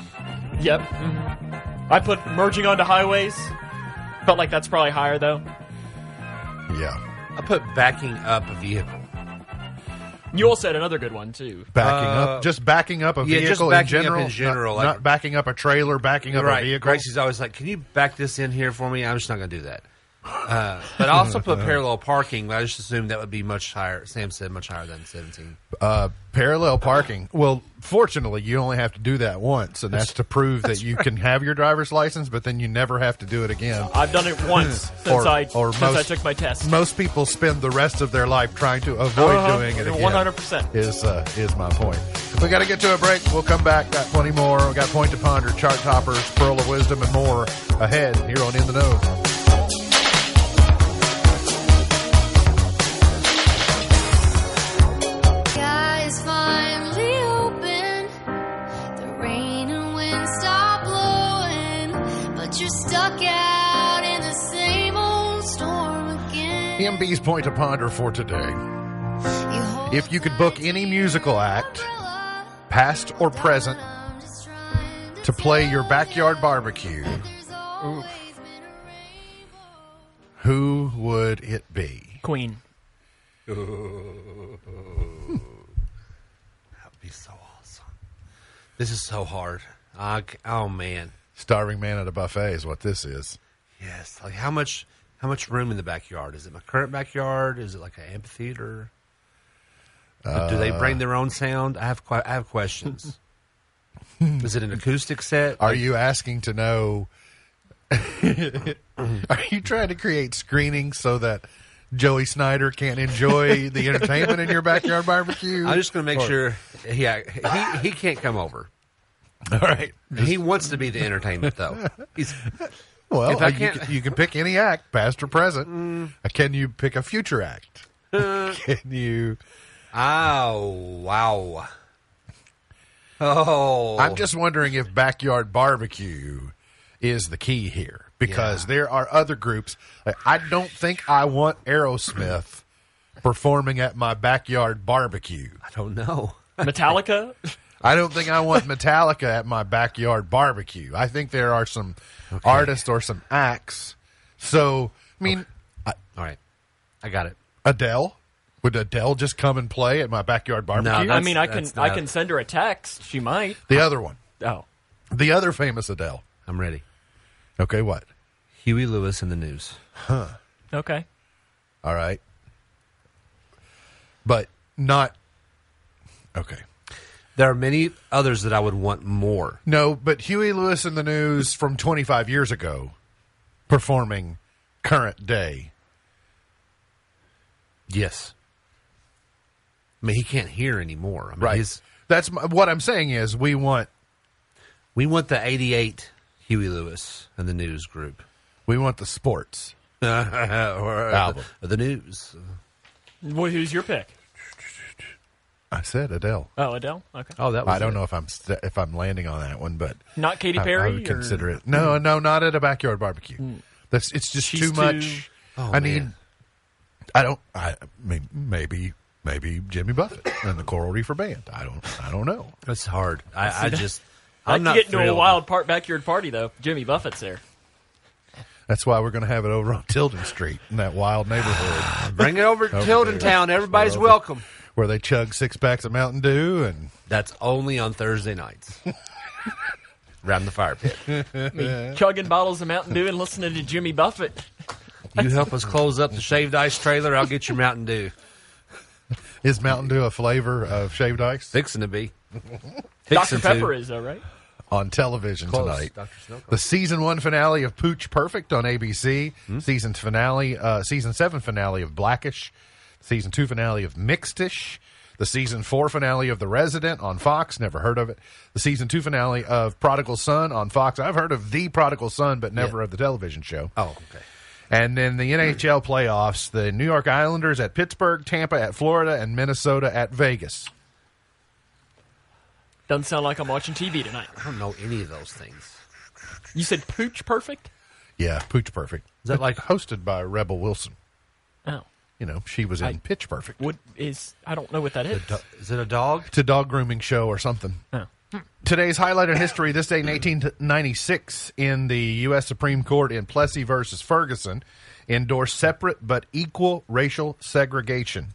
B: Yep. Mhm. I put merging onto highways. Felt like that's probably higher though.
A: Yeah.
D: I put backing up a vehicle.
B: You also had another good one too.
A: Backing
D: Uh,
A: up. Just backing up a
D: yeah,
A: vehicle
D: just
A: in
D: backing up
A: general.
D: in general,
A: Not,
D: like-
A: not backing up a trailer, backing up a vehicle.
D: Gracie's always like, "Can you back this in here for me?" I'm just not going to do that. Uh, but I also put parallel parking. But I just assumed that would be much higher. Sam said much higher than 17.
A: uh, parallel parking. Well, fortunately, you only have to do that once, and that's to prove that you can have your driver's license, but then you never have to do it again.
B: I've done it once since
A: Or-
B: I
A: or
B: since I
A: most-
B: took my test.
A: Most people spend the rest of their life trying to avoid
B: Uh-huh.
A: doing it
B: You're
A: again.
B: 100%.
A: is uh, is my point. We got to get to a break. We'll come back. Got plenty more. We got point to ponder, chart toppers, pearl of wisdom, and more ahead here on In the Know.
J: Sky's finally open. The rain and wind stop blowing, but you're stuck out in the same old storm again.
A: MB's point to ponder for today:
J: You hold
A: If you could book any musical act,
J: umbrella,
A: past or present,
J: I'm just trying
A: to play your backyard barbecue,
J: There's always been a rainbow.
A: who would it be?
B: Queen.
D: That would be so awesome. This is so hard. I c oh man,
A: Starving man at a buffet is what this is.
D: yes. Like how much? How much room in the backyard? Is it my current backyard? Is it like an amphitheater? Do- do they bring their own sound? I have que- I have questions. is it an acoustic set?
A: Are you asking to know? are you trying to create screening so that Joey Snyder can't enjoy the entertainment in your backyard barbecue?
D: I'm just going to make sure. Yeah, he he can't come over.
A: All right.
D: he wants to be the entertainment, though. He's,
A: Well,
D: If I
A: you Mm. can,
D: can't-
A: you can pick any act, past or present. Uh, Can you pick a future act? can you?
D: oh wow, oh,
A: I'm just wondering if backyard barbecue is the key here because there are other groups. Like, I don't think I want Aerosmith performing at my backyard barbecue.
D: I don't know.
B: Metallica.
A: I don't think I want Metallica at my backyard barbecue. I think there are some artists or some acts. So, I mean,
D: All right, I got it.
A: Adele. Would Adele just come and play at my backyard barbecue?
D: that's-
B: I mean, I can
D: that's
B: I
D: not-
B: can send her a text. She might.
A: the other one.
B: Oh,
A: The other famous Adele.
D: I'm ready.
A: Okay, what?
D: Huey Lewis in the news.
B: okay.
A: All right. But not. Okay.
D: There are many others that I would want more.
A: No, but Huey Lewis in the news from 25 years ago performing current day.
D: Yes, I mean he can't hear anymore. I mean, he's-
A: That's my, what I'm saying is we want
D: we want the '88 Huey Lewis and the news group
A: we want the sports.
D: or album. The, the news.
B: Well, who's your pick?
A: I said Adele.
B: Oh, Adele. Okay.
D: Oh, that was
A: I don't
D: it.
A: know if I'm st- if I'm landing on that one, but
B: Not Katy
A: I- I,
B: Perry.
A: would
B: or- Hmm.
A: consider it. No, no, not at a backyard barbecue. That's it's just
B: She's
A: too
B: too-
A: much.
D: Oh,
A: I mean,
D: man.
A: I don't. I mean, maybe maybe Jimmy Buffett and the Coral Reefer Band. I don't. I don't know.
D: That's hard. I, I just.
B: I
D: I'm
B: could
D: not
B: get into a
D: thrilled.
B: wild part backyard party though. Jimmy Buffett's there.
A: That's why we're going to have it over on Tilden Street in that wild neighborhood
D: Bring it over to
A: Over
D: Tilden
A: there.
D: Town. Everybody's
A: Over.
D: welcome.
A: where they chug six packs of Mountain Dew and
D: That's only on Thursday nights. Around the fire pit.
B: chugging bottles of Mountain Dew and listening to Jimmy Buffett.
D: You help us close up the shaved ice trailer. I'll get your Mountain Dew.
A: is Mountain Dew a flavor of shaved ice
D: Fixing to be.
B: Dr.
D: Fixing to.
B: Pepper is though, right?
A: on television
D: Close,
A: tonight?
D: Dr. Snow
A: The season one finale of Pooch Perfect on ABC.
D: Hmm?
A: Season finale, uh, season seven finale of Blackish. Season two finale of Mixedish. The season four finale of The Resident on Fox. Never heard of it. The season two finale of Prodigal Son on Fox. I've heard of The Prodigal Son, but never of the television show.
D: Oh, okay.
A: And then the NHL playoffs, the New York Islanders at Pittsburgh, Tampa at Florida, and Minnesota at Vegas.
B: Doesn't sound like I'm watching TV tonight.
D: I don't know any of those things.
B: You said pooch perfect?
A: Yeah, Pooch Perfect. Is
D: that like-
A: hosted by Rebel Wilson?
B: Oh.
A: You know, she was in
B: I-
A: Pitch Perfect.
B: What is I don't know what that is.
D: Do- Is it a dog?
A: It's a dog grooming show or something.
B: Oh.
A: Today's highlight in history, this day in 1896, in the U.S. Supreme Court in Plessy versus Ferguson, endorsed separate but equal racial segregation.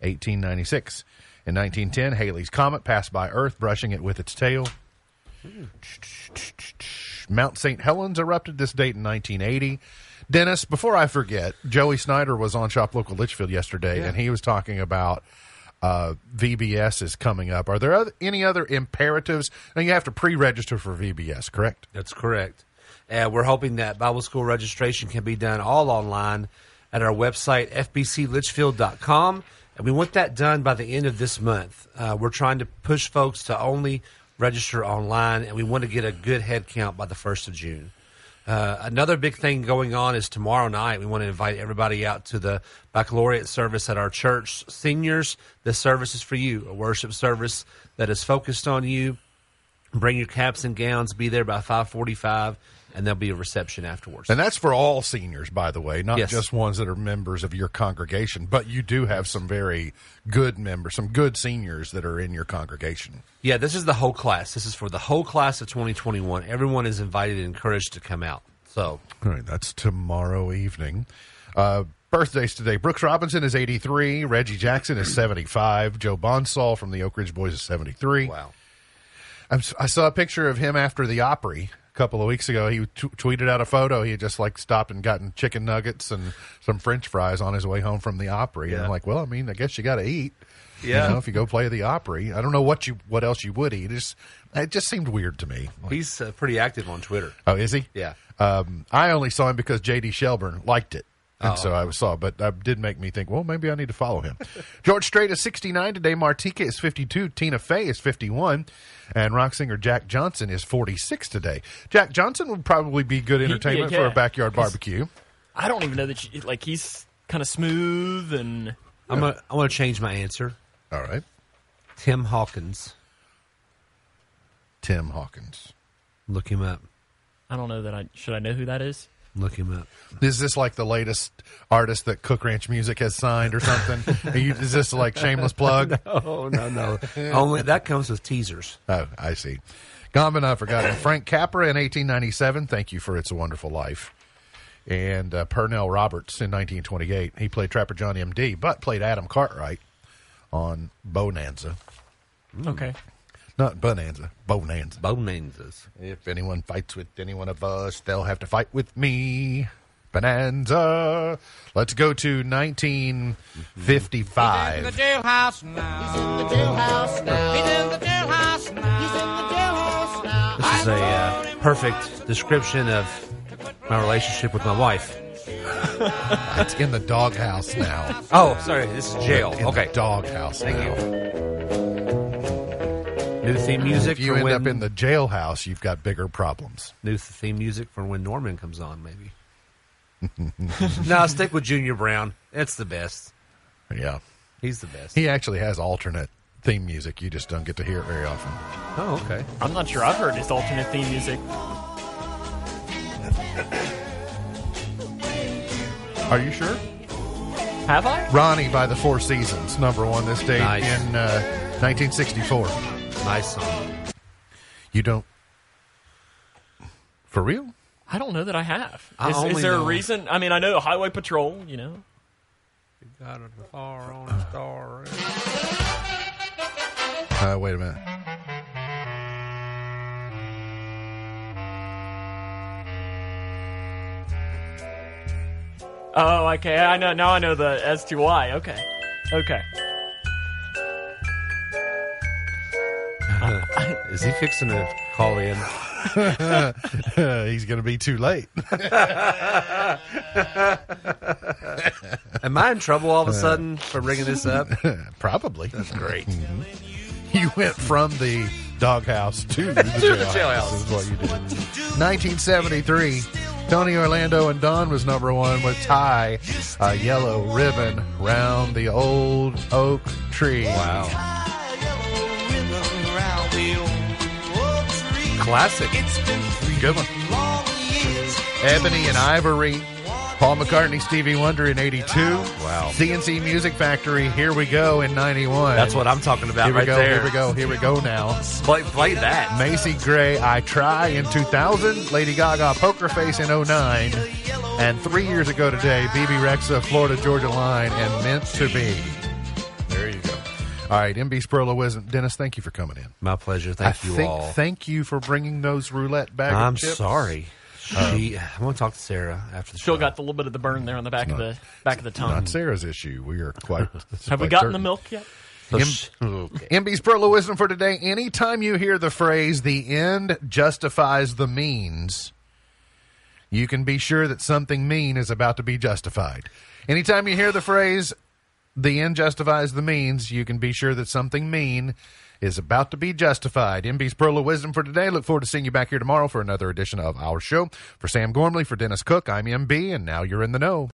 A: 1896. In 1910, Halley's Comet passed by Earth, brushing it with its tail. Mount St. Helens erupted this date in 1980. Dennis, before I forget, Joey Snyder was on Shop Local Litchfield yesterday, and he was talking about uh, VBS is coming up. Are there other, any other imperatives? Now, you have to pre register for VBS, correct?
D: That's correct. Uh, we're hoping that Bible school registration can be done all online at our website, fbclitchfield.com. And we want that done by the end of this month. Uh, we're trying to push folks to only register online, and we want to get a good head count by the 1st of June. Uh, another big thing going on is tomorrow night. We want to invite everybody out to the baccalaureate service at our church. Seniors, this service is for you, a worship service that is focused on you bring your caps and gowns be there by 5.45 and there'll be a reception afterwards
A: And that's for all seniors, by the way, not
D: Yes.
A: just ones that are members of your congregation, but you do have some very good members, some good seniors that are in your congregation.
D: yeah this is the whole class this is for the whole class of 2021 everyone is invited and encouraged to come out so
A: All right, that's tomorrow evening. Uh, birthdays today. Brooks Robinson is 83. Reggie Jackson is 75. Joe Bonsall from the Oak Ridge Boys is 73.
D: wow
A: I'm, s- I saw a picture of him after the Opry a couple of weeks ago. He t- tweeted out a photo. He had just like stopped and gotten chicken nuggets and some french fries on his way home from the Opry. And I'm
D: Yeah.
A: like, well, I mean, I guess you got to eat.
D: Yeah.
A: You know, if you go play the Opry, I don't know what you what else you would eat. It just, it just seemed weird to me. Like,
D: he's uh, pretty active on twitter
A: oh, is he?
D: yeah
A: Um, I only saw him because J.D. Shelburne liked it. And so I saw, but that did make me think, well, maybe I need to follow him. George Strait is 69 today. Martika is 52. Tina Fey is 51. And rock singer Jack Johnson is 46 today. Jack Johnson would probably be good entertainment
B: yeah.
A: for a backyard barbecue.
B: I don't even know that you, like he's kind of smooth and
D: i'm gonna i'm gonna change my answer
A: All right.
D: tim hawkins
A: Tim Hawkins.
D: look him up
B: I don't know that I should I know who that is.
D: look him up
A: Is this like the latest artist that Cook Ranch Music has signed or something? Are you, is this like shameless plug?
D: oh no no only that comes with teasers
A: Oh, I see. Gone but not forgotten. Frank Capra in 1897. Thank you for It's a Wonderful Life. And uh, Pernell Roberts in 1928. He played Trapper John M.D., but played Adam Cartwright on Bonanza.
B: Okay.
A: Not Bonanza, Bonanza.
D: bonanzas
A: If anyone fights with any one of us, they'll have to fight with me. Bonanza. Let's go to 1955.
I: jailhouse now. He's in the jailhouse now. He's in the jailhouse now. He's in the jailhouse now.
D: this is a uh, perfect description of my relationship with my wife
A: It's in the doghouse now.
D: oh sorry this is jail
A: In
D: okay
A: the doghouse
D: Thank
A: now.
D: New theme music.
A: If you
D: for
A: end
D: when,
A: up in the jailhouse, you've got bigger problems.
D: new theme music for when Norman comes on, maybe. no, stick with Junior Brown. It's the best.
A: Yeah.
D: He's the best.
A: He actually has alternate theme music. You just don't get to hear it very often.
D: oh, okay.
B: I'm not sure I've heard his alternate theme music.
A: Are you sure?
B: Have I?
A: Ronnie by the Four Seasons, number one this date
D: Nice.
A: in uh, 1964.
D: Nice song.
A: You don't. For real?
B: I don't know that I have.
D: I
B: is,
D: only
B: is there
D: know-
B: a reason? I mean, I know Highway Patrol. You know,
A: Uh, wait a minute.
B: Oh, okay. I know now. I know the as to why. Okay, okay.
D: Is he fixing to call in?
A: He's going to be too late.
D: Am I in trouble all of
A: Uh,
D: a sudden for bringing this up?
A: Probably. That's
D: great.
A: You went from the doghouse to the jailhouse.
D: jailhouse.
A: Is what you did. 1973. Tony Orlando and Don was number one with Tie, a yellow ribbon round the old oak tree. Wow.
D: Classic.
A: Good one. Ebony and Ivory. Paul McCartney, Stevie Wonder in 82. Wow. CNC Music Factory, Here We Go in 91.
D: That's what I'm talking about
A: Here we
D: right
A: go,
D: there.
A: here we go, here we go now.
D: Play, play that.
A: Macy Gray, I Try in 2000. Lady Gaga, Poker Face in 09. And three years ago today, BB Rexa, Florida Georgia Line, and Meant to Be. There you go. All right, MB Spurlow Wisdom. Dennis, thank you for coming in.
D: My pleasure. Thank
A: I
D: you
A: think,
D: all.
A: Thank you for bringing those roulette bag
D: I'm
A: of chips.
D: sorry. She, I'm going to talk to Sarah after the show.
B: Still got the little bit of the burn there on the back of the back of the tongue.
A: Not Sarah's issue. We are quite.
B: Have we
A: quite
B: gotten the
A: certain.
B: milk yet?
A: M- MB's Perla Wisdom for today. Anytime you hear the phrase, the end justifies the means, you can be sure that something mean is about to be justified. Anytime you hear the phrase, the end justifies the means, you can be sure that something mean is about to be justified. MB's Pearl of Wisdom for today. Look forward to seeing you back here tomorrow for another edition of our show. For Sam Gormley, for Dennis Cook, I'm MB, and now you're in the know.